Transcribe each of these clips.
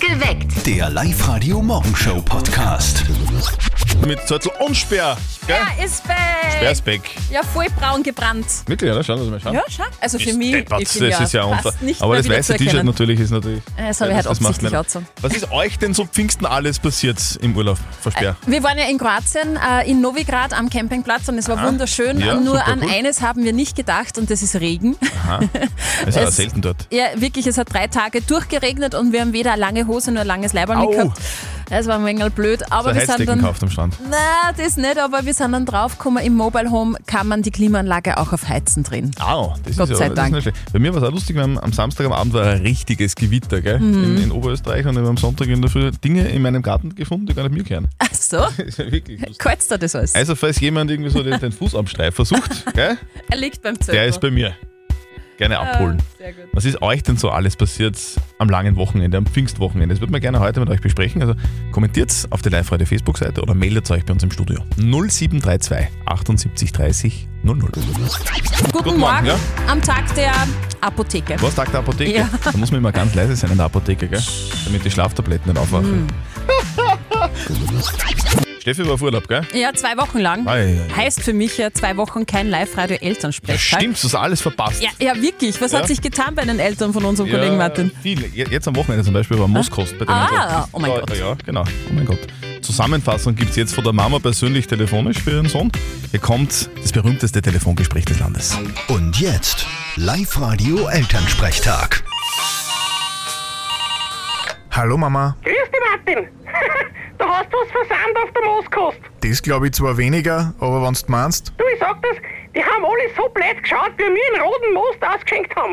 Geweckt. Der Live-Radio-Morgenshow-Podcast. Mit Zöttel und Speer. Gell? Er Ah, ist weg. Der ist weg. Ja, voll braun gebrannt. Wirklich, oder? Schauen wir mal schauen. Ja, schau. Also für Ist mich, deppert, ich das finde ja, ist ja unter. fast nicht Aber mehr das wieder weiße zu T-Shirt erkennen. natürlich ist natürlich. Äh, das habe ich halt macht absichtlich man- angezogen. Was ist euch denn so Pfingsten alles passiert im Urlaub? Versperr. Wir waren ja in Kroatien, äh, in Novigrad am Campingplatz und es war Aha. wunderschön. Ah, Ja, Nur super an cool. eines haben wir nicht gedacht und das ist Regen. ist ja es- selten dort. Ja, wirklich, es hat drei Tage durchgeregnet und wir haben weder eine lange Hose noch ein langes Leiberl Au. mitgehabt. Das war ein wenig blöd, aber Aber wir sind Heizdecken dann... gekauft am Strand. Na, das nicht, aber wir sind dann draufgekommen, im Mobile Home kann man die Klimaanlage auch auf Heizen drehen. Au, das Gott ist sei ja, Das ist Dank. nicht schlecht. Bei mir war es auch lustig, weil am- am Samstag am Abend war ein richtiges Gewitter gell? Mhm. In, in Oberösterreich und ich habe am Sonntag in der Früh Dinge in meinem Garten gefunden, die gar nicht mir gehören. Ach so, Das ist ja wirklich lustig. kreuzt da das alles. Also, falls jemand irgendwie so den, den Fuß am Streif versucht, gell? er liegt beim Zögel. der ist bei mir. Gerne abholen. Sehr gut. Was ist euch denn so alles passiert am langen Wochenende, am Pfingstwochenende? Das würden wir gerne heute mit euch besprechen. Also kommentiert auf der Live-Radio Facebook-Seite oder meldet euch bei uns im Studio. 0732 78 30 00. Guten, Guten Morgen, Morgen, ja. am Tag der Apotheke. Was sagt der Apotheke? Ja. Da muss man immer ganz leise sein in der Apotheke, gell? Damit die Schlaftabletten nicht aufwachen. Mhm. Steffi war auf Urlaub, gell? Ja, zwei Wochen lang. Ei, ei, ei. Heißt für mich ja zwei Wochen kein Live-Radio-Elternsprechtag. Stimmt, du hast alles verpasst. Ja, ja, wirklich. Was Ja. hat sich getan bei den Eltern von unserem Kollegen Martin? Viel. äh, Je- Jetzt am Wochenende zum Beispiel war Mooskost bei denen. Ah, dort. oh mein ja, Gott. Ja, genau. Oh mein Gott. Zusammenfassung gibt es jetzt von der Mama persönlich telefonisch für ihren Sohn. Hier kommt das berühmteste Telefongespräch des Landes. Und jetzt Live-Radio Elternsprechtag. Hallo Mama, Grüß dich, Martin. da hast du was versandt auf der Mooskost. das glaube ich zwar weniger, aber wenn's du meinst, Du, ich sag das, die haben alle so blöd geschaut, wie wir einen roten Most ausgeschenkt haben.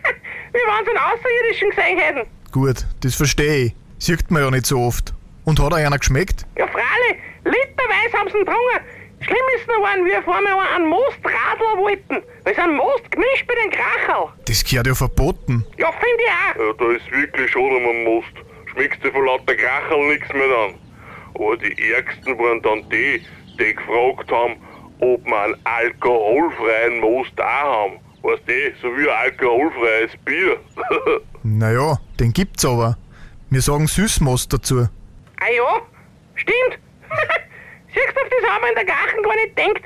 wie wenn sie einen Außerirdischen gesehen hätten. gut, das verstehe ich. Sieht man ja nicht so oft. Und hat euch einer geschmeckt? Ja, Frale, literweise haben sie ihn getrunken. Schlimm ist noch, wenn wir vor mir einen Mostradler wollten. Weil sie einen Most gemischt bei den Kracherl. Das gehört ja verboten. Ja, finde ich auch. Ja, da ist wirklich schon am Most. Schmeckst du von lauter Kracherl nichts mehr dann. Aber die Ärgsten waren dann die, die gefragt haben, ob wir einen alkoholfreien Most auch haben. Weißt du, so wie ein alkoholfreies Bier. Naja, den gibt's aber. Wir sagen Süßmost dazu. Ah ja, stimmt. Siehst du, auf das haben wir in der Gachen gar nicht denkt.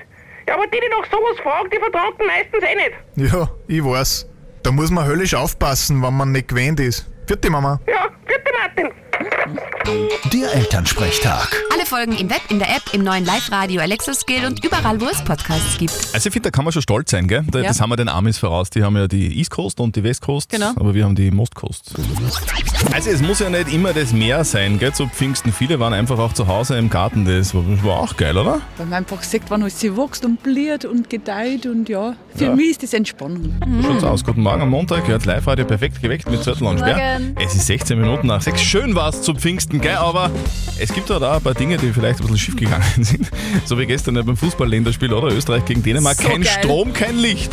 Ja, aber die, die nach sowas fragen, die vertragen meistens eh nicht. Ja, ich weiß. Da muss man höllisch aufpassen, wenn man nicht gewöhnt ist. Vierte Mama. Ja, bitte Martin. Der Elternsprechtag. Alle Folgen im Web, in der App, im neuen Live-Radio Alexa Skill und überall, wo es Podcasts gibt. Also ich finde, da kann man schon stolz sein, gell? Da, Ja. Das haben wir den Amis voraus. Die haben ja die East Coast und die West Coast, Genau. aber wir haben die Most Coast. Also es muss ja nicht immer das Meer sein, gell? Zu Pfingsten. Viele waren einfach auch zu Hause im Garten. Das war, war auch geil, oder? Weil man einfach sieht, wann alles sie wächst und blüht und gedeiht und ja, für mich ist das Entspannung. Schaut's aus. Guten Morgen am Montag. Hört live heute perfekt geweckt mit Zettel und Sperr. Morgen. Es ist 16 Minuten nach 6. Schön war's zu Pfingsten, gell? Aber es gibt halt auch ein paar Dinge, die vielleicht ein bisschen schief gegangen sind. So wie gestern beim Fußball-Länderspiel, oder? Österreich gegen Dänemark. So kein geil. Strom, kein Licht.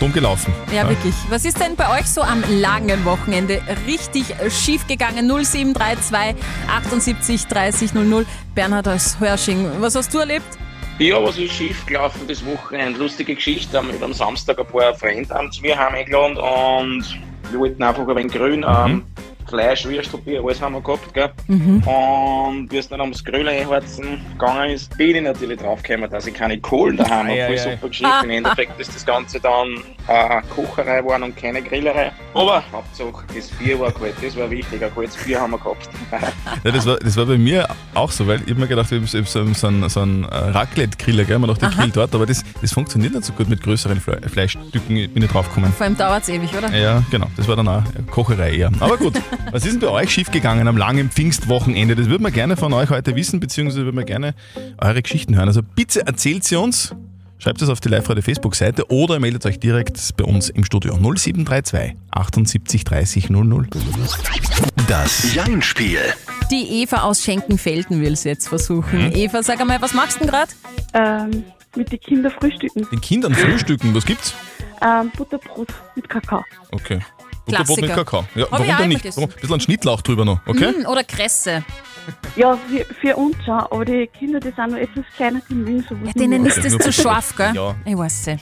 Dumm gelaufen. Ja, wirklich. Was ist denn bei euch so am langen Wochenende richtig schief gegangen? 0732 78 30 00. Bernhard aus Hörsching, was hast du erlebt? Ja, was ist schiefgelaufen das Wochenende? Lustige Geschichte. Ähm, Ich hab am Samstag ein paar Freunde haben zu mir heim eingeladen und wir wollten einfach ein wenig grün. Mhm. Ähm, Fleisch, Würstelbier, alles haben wir gehabt, gell? Und wie es dann ums Grüne einheizen gegangen ist, bin ich natürlich draufgekommen, dass ich keine Kohlen daheim habe. Ei, Voll ei, ei. super Geschichte. Im Endeffekt ist das Ganze dann äh, Kocherei geworden und keine Grillerei. Aber Hauptsache, das Bier war kalt, das war wichtig. Ein kaltes Bier haben wir gehabt. Ja, das, war, das war bei mir auch so, weil ich hab mir gedacht habe, ich hab so, einen- so einen, so einen äh, Raclette-Griller, gell? Man dachte, ich grill dort, aber das, das funktioniert nicht so gut mit größeren Fle Fleischstücken. Ich bin ich draufgekommen. Vor allem dauert es ewig, oder? Ja, genau. Das war dann auch Kocherei eher. Aber gut, was ist denn bei euch schiefgegangen am langen Pfingstwochenende? Das würden wir gerne von euch heute wissen, beziehungsweise würden wir gerne eure Geschichten hören. Also bitte erzählt sie uns. Schreibt es auf die Live-Radio Facebook-Seite oder meldet euch direkt bei uns im Studio 0732 78 30 00. Das Jein-Spiel. Die Eva aus Schenkenfelden will es jetzt versuchen. Mhm. Eva, sag einmal, was machst du denn gerade? ähm, mit den Kindern frühstücken. Den Kindern frühstücken, was gibt's? Ähm, Butterbrot mit Kakao. Okay. Butterbrot mit Klassiker. Kakao. Ja, Hab ich auch warum denn immer nicht? gegessen. Warum? Ein bisschen Schnittlauch drüber noch, okay? Mm, oder Kresse. Ja, für, für uns schon, aber die Kinder, die sind noch etwas kleiner, die mögen sowas. Ja, denen nicht. ist das zu scharf, gell? Ja. Ich weiß es. eh.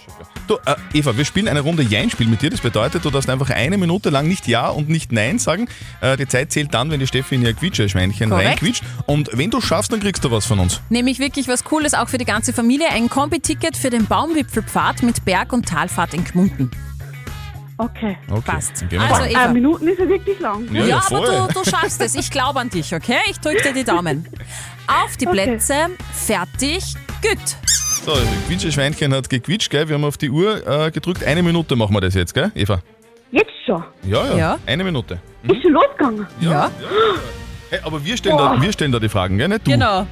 Du, äh, Eva, wir spielen eine Runde Jein-Spiel mit dir. Das bedeutet, du darfst einfach eine Minute lang nicht Ja und nicht Nein sagen. Äh, die Zeit zählt dann, wenn die Steffi in ihr Quietscherschweinchen Korrekt. reinquietscht. Und wenn du schaffst, dann kriegst du was von uns. Nämlich wirklich was Cooles, auch für die ganze Familie. Ein Kombi-Ticket für den Baumwipfelpfad mit Berg- und Talfahrt in Gmunden. Okay. Okay. Passt. dann gehen wir Also mal. Eine Eva. Minuten ist ja wirklich lang. Ja, Ja, ja, aber voll. du, du schaffst es. Ich glaube an dich, okay? Ich drücke dir die Daumen. Auf die Plätze, fertig, gut. So, das Quietscherschweinchen hat gequitscht, gell? Wir haben auf die Uhr äh, gedrückt. Eine Minute machen wir das jetzt, gell, Eva? Jetzt schon. Ja, ja. Ja. Eine Minute. Ist schon losgegangen. Ja, Hey, aber wir stellen, da, wir stellen da die Fragen, gell? Nicht du. genau. Hm.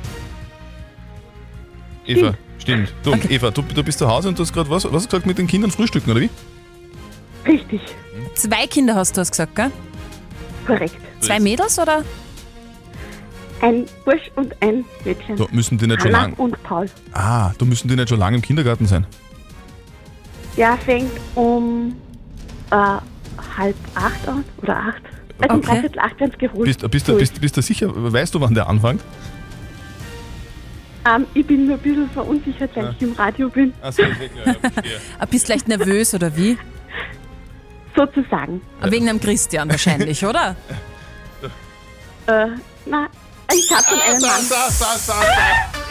Eva, stimmt. Du, Eva, du, du bist zu Hause und du hast gerade was, was hast du gesagt mit den Kindern frühstücken, oder wie? Richtig. Zwei Kinder hast du, hast gesagt, gell? Korrekt. Zwei Mädels oder? Ein Bursch und ein Mädchen. Du, müssen die nicht schon Hannah lang. und Paul. Ah, du müssen die nicht schon lange im Kindergarten sein. Der fängt um äh, halb acht an oder acht. Also um Okay. dreiviertel acht werden geholt. Bist, bist, du- bist, bist du sicher? Weißt du, wann der anfängt? Ähm, ich bin nur ein bisschen verunsichert, weil Ah, ich im Radio bin, Achso, ja, verstehe. Ein bisschen leicht nervös oder wie? sozusagen. Wegen dem Christian wahrscheinlich, oder? Äh, na, ich hab schon einen Ah, Mann.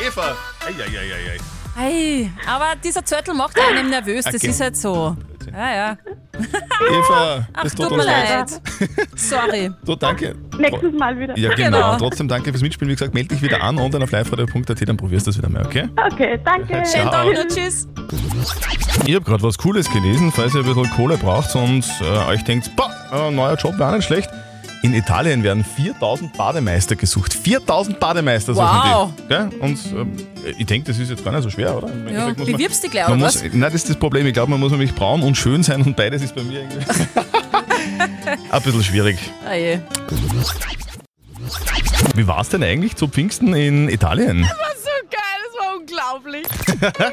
Eva! Eieieiei. Ei, aber dieser Zörtel macht einem nervös, das Okay. ist halt so. Ja, ja. Eva, Ach, das tut tut uns mir leid. leid. Sorry. So, danke. Nächstes Mal wieder. Ja, genau. Genau. Trotzdem danke fürs Mitspielen. Wie gesagt, melde dich wieder an online auf liveradio.at, dann probierst du es wieder mal, okay? Okay, danke. Ciao. Danke, nur tschüss. Ich habe gerade was Cooles gelesen, falls ihr ein bisschen Kohle braucht und äh, euch denkt, boah, äh, neuer Job wäre auch nicht schlecht. In Italien werden 4000 Bademeister gesucht. 4000 Bademeister Wow. suchen die. Gell? Und ähm, ich denke, das ist jetzt gar nicht so schwer, oder? Im Endeffekt muss man- bewirbst dich gleich, man oder muss, Nein, das ist das Problem. Ich glaube, man muss nämlich braun und schön sein und beides ist bei mir irgendwie ein bisschen schwierig. Ah, je. Wie war es denn eigentlich zu Pfingsten in Italien? So Oh, geil, das war unglaublich.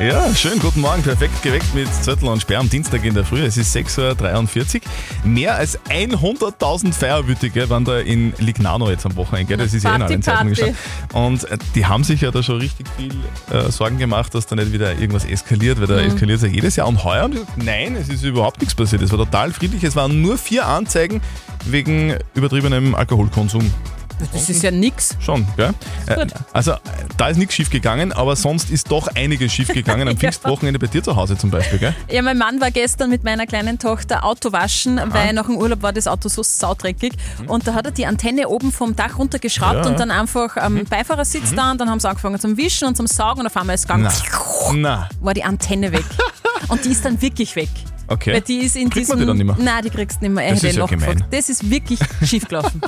Ja, schön, guten Morgen, perfekt geweckt mit Zettel und Sperr am Dienstag in der Früh. Es ist 6.43 Uhr. Mehr als 100.000 Feierwütige waren da in Lignano jetzt am Wochenende. Gell? Das ist ja eh in Party, allen Zeitungen Party. gestanden. Und äh, die haben sich ja da schon richtig viel äh, Sorgen gemacht, dass da nicht wieder irgendwas eskaliert, weil da Mhm. eskaliert es ja jedes Jahr. Und heuer haben die gesagt, nein, es ist überhaupt nichts passiert. Es war total friedlich. Es waren nur vier Anzeigen wegen übertriebenem Alkoholkonsum. Das ist ja nix. Schon, gell? Äh, gut. also, äh, da ist nichts schief gegangen, aber sonst ist doch einiges schief gegangen am Pfingstwochenende bei dir zu Hause zum Beispiel, gell? Ja, mein Mann war gestern mit meiner kleinen Tochter Auto waschen, weil nach dem Urlaub war das Auto so saudreckig. Und da hat er die Antenne oben vom Dach runtergeschraubt Mhm. Ja, Mhm. ja. und dann einfach am Beifahrersitz da und dann haben sie angefangen zum Wischen und zum Saugen und auf einmal ist es gegangen, Na. Na, war die Antenne weg. und die ist dann wirklich weg. okay. Weil die ist in Kriegt diesem. man die dann nicht mehr? Nein, die kriegst du nicht mehr. Er Das hätte ist ihn ja noch gemein. gefragt. Das ist wirklich schiefgelaufen.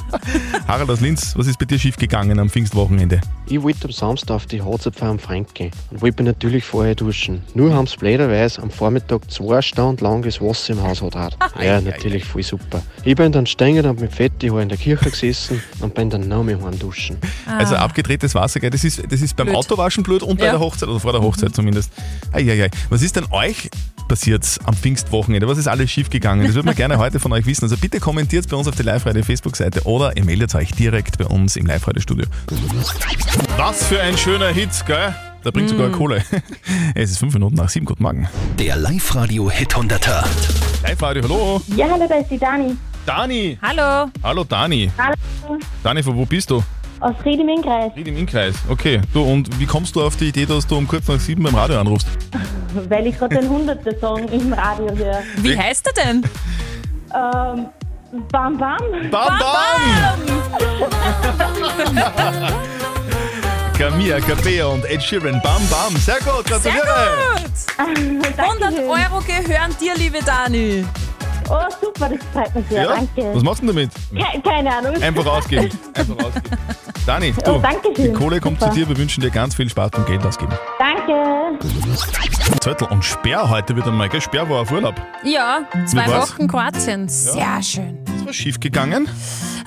Harald aus Linz, was ist bei dir schief gegangen am Pfingstwochenende? Ich wollte am Samstag auf die Harzapfel am Frank gehen und wollte mich natürlich vorher duschen. Nur haben sie blöderweise am Vormittag zwei Stunden lang das Wasser im Haus hat. Ja, natürlich voll super. Ich bin dann stängend und mit fettigen Haaren in der Kirche gesessen und bin dann noch mehr heim duschen. Also abgedrehtes Wasser, gell? Das ist, das ist beim Ah. Blöd. Autowaschen blöd und bei Ja. Mhm. der Hochzeit oder vor der Hochzeit zumindest. Eieiei. Was ist denn euch passiert am Pfingstwochenende? Was ist alles schief gegangen? Das würde man gerne heute von euch wissen. Also bitte kommentiert bei uns auf der Live-Radio-Facebook-Seite oder ihr meldet euch direkt bei uns im Live-Radio-Studio. Was für ein schöner Hit, gell? Da bringt Mhm. sogar Kohle. Es ist fünf Minuten nach sieben. Guten Morgen. Der Live-Radio Hit 100er. Live-Radio, hallo. Ja, hallo, da ist die Dani. Dani. Hallo. Hallo, Dani. Hallo, Dani, von wo bist du? aus Ried im Innkreis, Ried im Innkreis. Okay. Du, und wie kommst du auf die Idee, dass du um kurz nach sieben beim Radio anrufst? weil ich gerade den Hunderter-Song im Radio höre. Wie heißt er denn? Ähm, bam, bam. Bam, bam! Camilla Cabello und Ed Sheeran. Bam, bam. Sehr gut, Sehr gratuliere. gut! 100 Dankeschön. Euro gehören dir, liebe Dani. Oh, super, das freut mich sehr, Ja? Was danke. machst du denn damit? Ke keine Ahnung. Einfach ausgeben. Einfach ausgeben. Dani, du, Oh, die Dankeschön. Kohle kommt Super. zu dir. Wir wünschen dir ganz viel Spaß beim Geld ausgeben. Danke. Zettel und Sperr heute wieder mal, gell? Sperr war auf Urlaub. Ja, zwei war's? Wochen Kroatien. Sehr schön. Ist was schiefgegangen?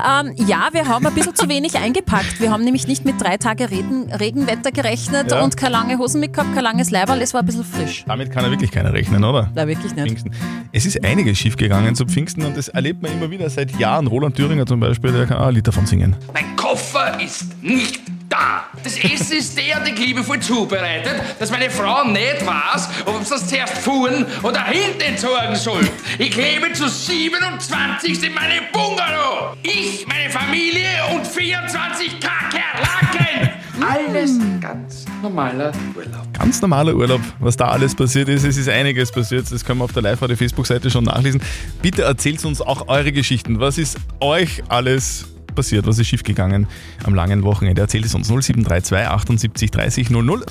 Ähm, ja, wir haben ein bisschen zu wenig eingepackt. Wir haben nämlich nicht mit drei Tage Regen, Regenwetter gerechnet Ja. und keine lange Hosen mitgehabt, kein langes Leiberl. Es war ein bisschen frisch. Damit kann ja wirklich keiner rechnen, oder? Na, wirklich nicht. Pfingsten. Es ist einiges schiefgegangen zu Pfingsten und das erlebt man immer wieder seit Jahren. Roland Thüringer zum Beispiel, der kann auch ein Lied davon singen. Mein Koffer ist nicht da. Das Essen ist derartig liebevoll zubereitet, dass meine Frau nicht weiß, ob sie das zuerst fuhren oder hinten sorgen soll. Ich lebe zu 27. in meinem Bungalow. Ich, meine Familie und 24 Kakerlaken. Alles Mm. ganz normaler Urlaub. Ganz normaler Urlaub, was da alles passiert ist. Es ist einiges passiert. Das können wir auf der live Facebook-Seite schon nachlesen. Bitte erzählt uns auch eure Geschichten. Was ist euch alles passiert? Was ist schiefgegangen am langen Wochenende? Erzählt es uns 0732 78 30 00.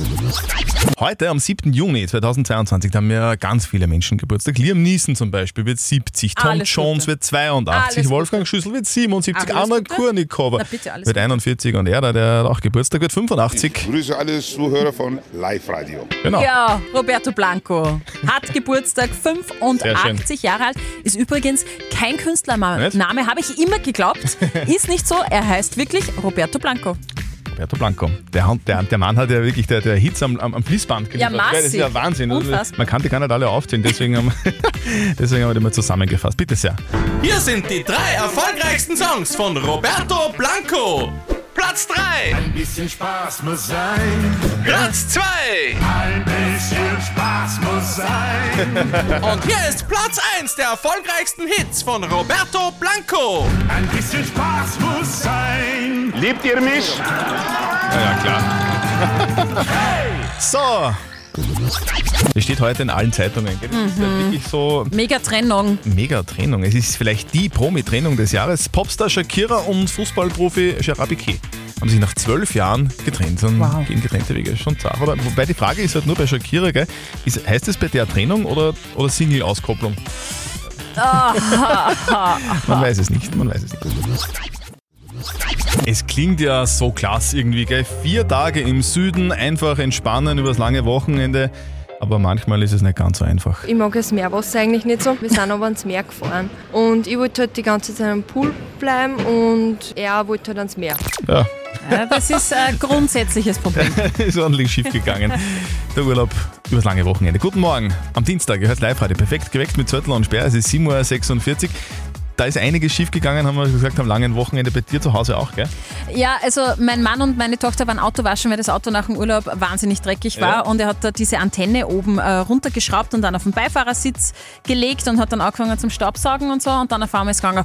Heute, am 7. Juni 2022, da haben wir ganz viele Menschen Geburtstag. Liam Neeson zum Beispiel wird 70, Tom Alles Jones Gute. wird 82, Alles Wolfgang Schüssel wird 77, Alles Anna Gute. Kurnikova Na bitte, alles wird 41 und er, da, der hat auch Geburtstag, wird 85. Ich grüße alle Zuhörer von Live Radio. Genau. Ja, Roberto Blanco hat Geburtstag, Sehr schön. 85 Jahre alt, ist übrigens kein Künstlername, Name, habe ich immer geglaubt. Ist nicht so, er heißt wirklich Roberto Blanco. Roberto Blanco. Der, Hand- der, der Mann hat ja wirklich der, der Hits am, am, am Fließband Ja, geliefert. gell? Das ist ja massiv. Wahnsinn. Unfassbar. Man kann die gar nicht alle aufzählen, deswegen haben, deswegen haben wir die mal zusammengefasst. Bitte sehr. Hier sind die drei erfolgreichsten Songs von Roberto Blanco. Platz 3. Ein bisschen Spaß muss sein. Platz 2. Ein bisschen Spaß muss sein. Und hier ist Platz 1 der erfolgreichsten Hits von Roberto Blanco. Ein bisschen Spaß muss sein. Liebt ihr mich? Ja, klar. so. Das steht heute in allen Zeitungen. gell? Das ist ja Mhm. wirklich so Mega Trennung. mega Trennung. Es ist vielleicht die Promi-Trennung des Jahres. Popstar Shakira und Fußballprofi Gerard Piquet haben sich nach zwölf Jahren getrennt. Dann gehen getrennte Wege. Schon zart, oder? Wobei die Frage ist halt nur bei Shakira, gell? Ist, heißt es bei der Trennung oder, oder Single-Auskopplung? Man weiß es nicht, man weiß es nicht. Es klingt ja so klasse irgendwie, gell? Vier Tage im Süden, einfach entspannen übers lange Wochenende. Aber manchmal ist es nicht ganz so einfach. Ich mag das Meerwasser eigentlich nicht so. Wir sind aber ans Meer gefahren. Und ich wollte halt die ganze Zeit am Pool bleiben und er wollte halt ans Meer. Ja, Äh, Das ist ein grundsätzliches Problem. ist ordentlich schief gegangen. Der Urlaub übers lange Wochenende. Guten Morgen. Am Dienstag gehört live heute. Perfekt geweckt mit Zörtel und Sperr. Es ist 7.46 Uhr. Da ist einiges schief gegangen, haben wir gesagt, am langen Wochenende bei dir zu Hause auch, gell? Ja, also mein Mann und meine Tochter waren Autowaschen, weil das Auto nach dem Urlaub wahnsinnig dreckig war. Ja. Und er hat da diese Antenne oben äh, runtergeschraubt und dann auf den Beifahrersitz gelegt und hat dann angefangen zum Staubsaugen und so. Und dann auf einmal ist es gegangen.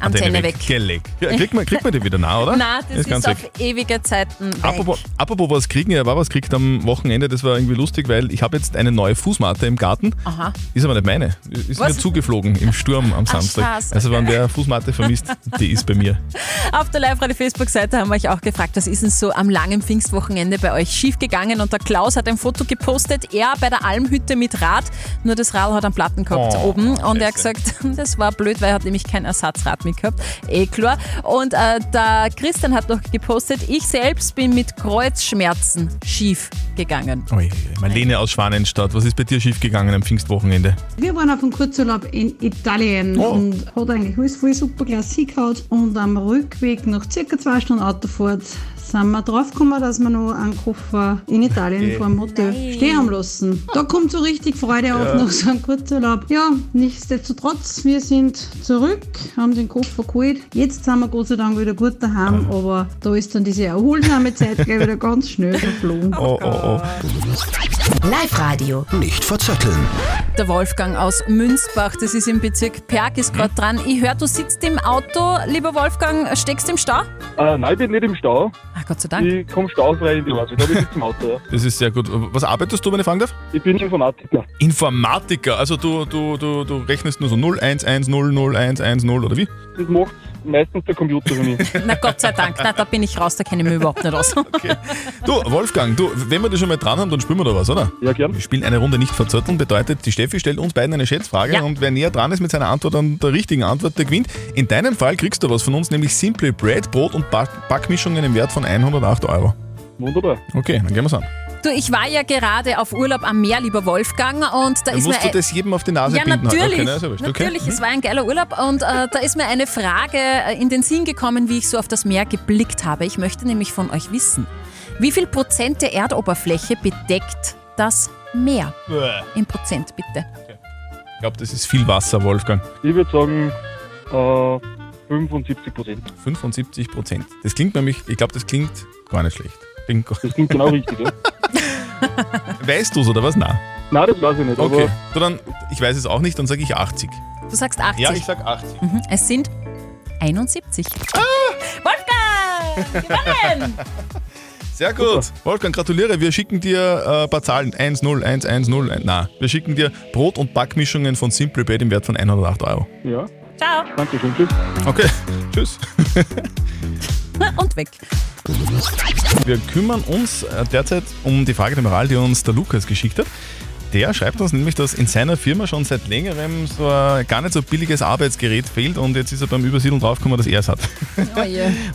Antenne, weg. Gelegt. Ja, kriegt, man, kriegt man die wieder nah, oder? Nein, das ist, ganz auf weg. ewige Zeiten weg. Apropos, apropos was kriegen, ja, war was kriegt am Wochenende, das war irgendwie lustig, weil ich habe jetzt eine neue Fußmatte im Garten. Aha. Ist aber nicht meine. Ist Oh. Was? mir zugeflogen im Sturm am Samstag. Spaß. Also wenn wer Fußmatte vermisst, die ist bei mir. Auf der Live-Radio-Facebook-Seite haben wir euch auch gefragt, was ist denn so am langen Pfingstwochenende bei euch schiefgegangen? Und der Klaus hat ein Foto gepostet, er bei der Almhütte mit Rad, nur das Rad hat einen Platten gehabt Oh, oben. Und er hat gesagt, das war blöd, weil er hat nämlich kein Ersatzrad mit gehabt. Eh klar. Und äh, der Christian hat noch gepostet, ich selbst bin mit Kreuzschmerzen schief gegangen. Ui, Marlene aus Schwanenstadt, was ist bei dir schiefgegangen am Pfingstwochenende? Wir waren auf einem Kurzurlaub in Italien Oh. und hat eigentlich alles voll super klasse hingehauen. Und am Rückweg nach circa zwei Stunden Autofahrt sind wir draufgekommen, dass wir noch einen Koffer in Italien Okay. vor dem Hotel stehen haben lassen. Da kommt so richtig Freude Ja. auf nach so einem Kurzurlaub. Ja, nichtsdestotrotz, wir sind zurück, haben den Koffer geholt. Jetzt sind wir Gott sei Dank wieder gut daheim, aber da ist dann diese erholsame Zeit gleich wieder ganz schnell verflogen. Oh, oh, oh. Live Radio. Nicht verzetteln. Der Wolfgang aus Münzbach, das ist im Bezirk Perg, ist gerade dran. Ich höre, du sitzt im Auto, lieber Wolfgang, steckst im Stau? Äh, nein, ich bin nicht im Stau. Ah, Gott sei Dank. Ich komme staufrei in die Arbeit. Da bin ich zum Auto. Ja. Das ist sehr gut. Was arbeitest du, wenn ich fragen darf? Ich bin Informatiker. Informatiker, also du, du, du, du rechnest nur so 0, 1, 1, 0, 0, 1, 1, 0 oder wie? Das macht meistens der Computer für mich. Na Gott sei Dank, na, da bin ich raus, da kenne ich mich überhaupt nicht aus. Du, Wolfgang, du, wenn wir dich schon mal dran haben, dann spielen wir da was, oder? Ja, gern. Wir spielen eine Runde nicht verzötteln, bedeutet, die Steffi stellt uns beiden eine Schätzfrage und wer näher dran ist mit seiner Antwort an der richtigen Antwort, der gewinnt. In deinem Fall kriegst du was von uns, nämlich Simple Bread, Brot und Back Backmischungen im Wert von 108 Euro. Wunderbar. Okay, dann gehen wir's an. Du, ich war ja gerade auf Urlaub am Meer, lieber Wolfgang, und da Dann ist mir musst du ein- das jedem auf die Nase ja, binden. natürlich. Okay, nein, ist ja wurscht. Okay. Hm? Natürlich, es war ein geiler Urlaub und äh, da ist mir eine Frage äh, in den Sinn gekommen, wie ich so auf das Meer geblickt habe. Ich möchte nämlich von euch wissen, wie viel Prozent der Erdoberfläche bedeckt das Meer? Bäh. In Prozent, bitte. Ich glaube, das ist viel Wasser, Wolfgang. Ich würde sagen, äh, 75 Prozent. 75 Prozent. Das klingt nämlich, ich glaube, das klingt gar nicht schlecht. das klingt genau richtig, ja. Weißt du es oder was? Nein. Nein, das weiß ich nicht. Okay. Aber So, dann, ich weiß es auch nicht, dann sage ich 80. Du sagst 80. Ja, ich sag 80. Mhm, es sind 71. Ah! Wolfgang! Gewonnen! Sehr gut. Wolfgang, gratuliere. Wir schicken dir äh, ein paar Zahlen. 1, 0, 1, 1, 0. Ein, nein, wir schicken dir Brot- und Backmischungen von Simple Bread im Wert von 108 Euro. ja. Ciao. Dankeschön, tschüss. Okay, tschüss. Und weg. Wir kümmern uns äh, derzeit um die Frage der Moral, die uns der Lukas geschickt hat. Der schreibt uns nämlich, dass in seiner Firma schon seit längerem so ein gar nicht so billiges Arbeitsgerät fehlt und jetzt ist er beim Übersiedeln draufgekommen, dass er es hat. Oh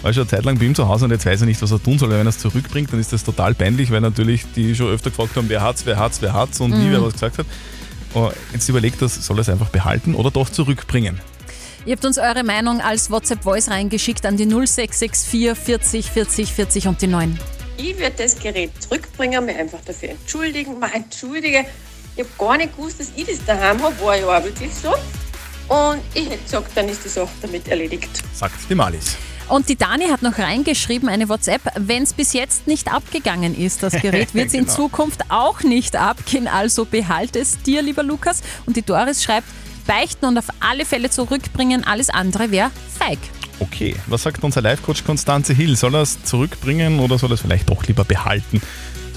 War schon eine Zeit lang bei ihm zu Hause und jetzt weiß er nicht, was er tun soll. Weil Wenn er es zurückbringt, dann ist das total peinlich, weil natürlich die schon öfter gefragt haben, wer hat's, wer hat's, wer hat's und nie Mhm. wer was gesagt hat. Aber Jetzt überlegt er, soll er es einfach behalten oder doch zurückbringen? Ihr habt uns eure Meinung als WhatsApp-Voice reingeschickt an die 0664 40 40 40 und die 9. Ich würde das Gerät zurückbringen, mich einfach dafür entschuldigen. Mal entschuldige, ich habe gar nicht gewusst, dass ich das daheim habe, war ja auch wirklich so. Und ich hätte gesagt, dann ist die Sache damit erledigt. Sagt die Malis. Und die Dani hat noch reingeschrieben, eine WhatsApp, wenn es bis jetzt nicht abgegangen ist, das Gerät wird es in Genau. Zukunft auch nicht abgehen, also behalte es dir, lieber Lukas. Und die Doris schreibt, beichten und auf alle Fälle zurückbringen, alles andere wäre feig. Okay, was sagt unser Live-Coach Konstanze Hill? Soll er es zurückbringen oder soll er es vielleicht doch lieber behalten?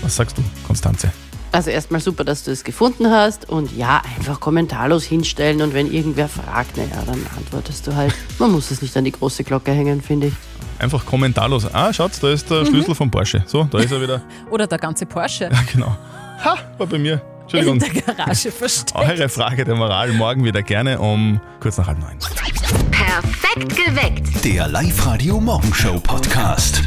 Was sagst du, Konstanze? Also erstmal super, dass du es gefunden hast und ja, einfach kommentarlos hinstellen und wenn irgendwer fragt, naja, dann antwortest du halt. Man muss es nicht an die große Glocke hängen, finde ich. Einfach kommentarlos. Ah, schaut, da ist der Mhm. Schlüssel vom Porsche. So, da ist er wieder. Oder der ganze Porsche Genau. Ha, war bei mir. in Entschuldigung. Oh, der Garage versteckt. Eure Frage der Moral morgen wieder gerne um kurz nach halb neun. Perfekt geweckt. Der Live-Radio Morgenshow Podcast.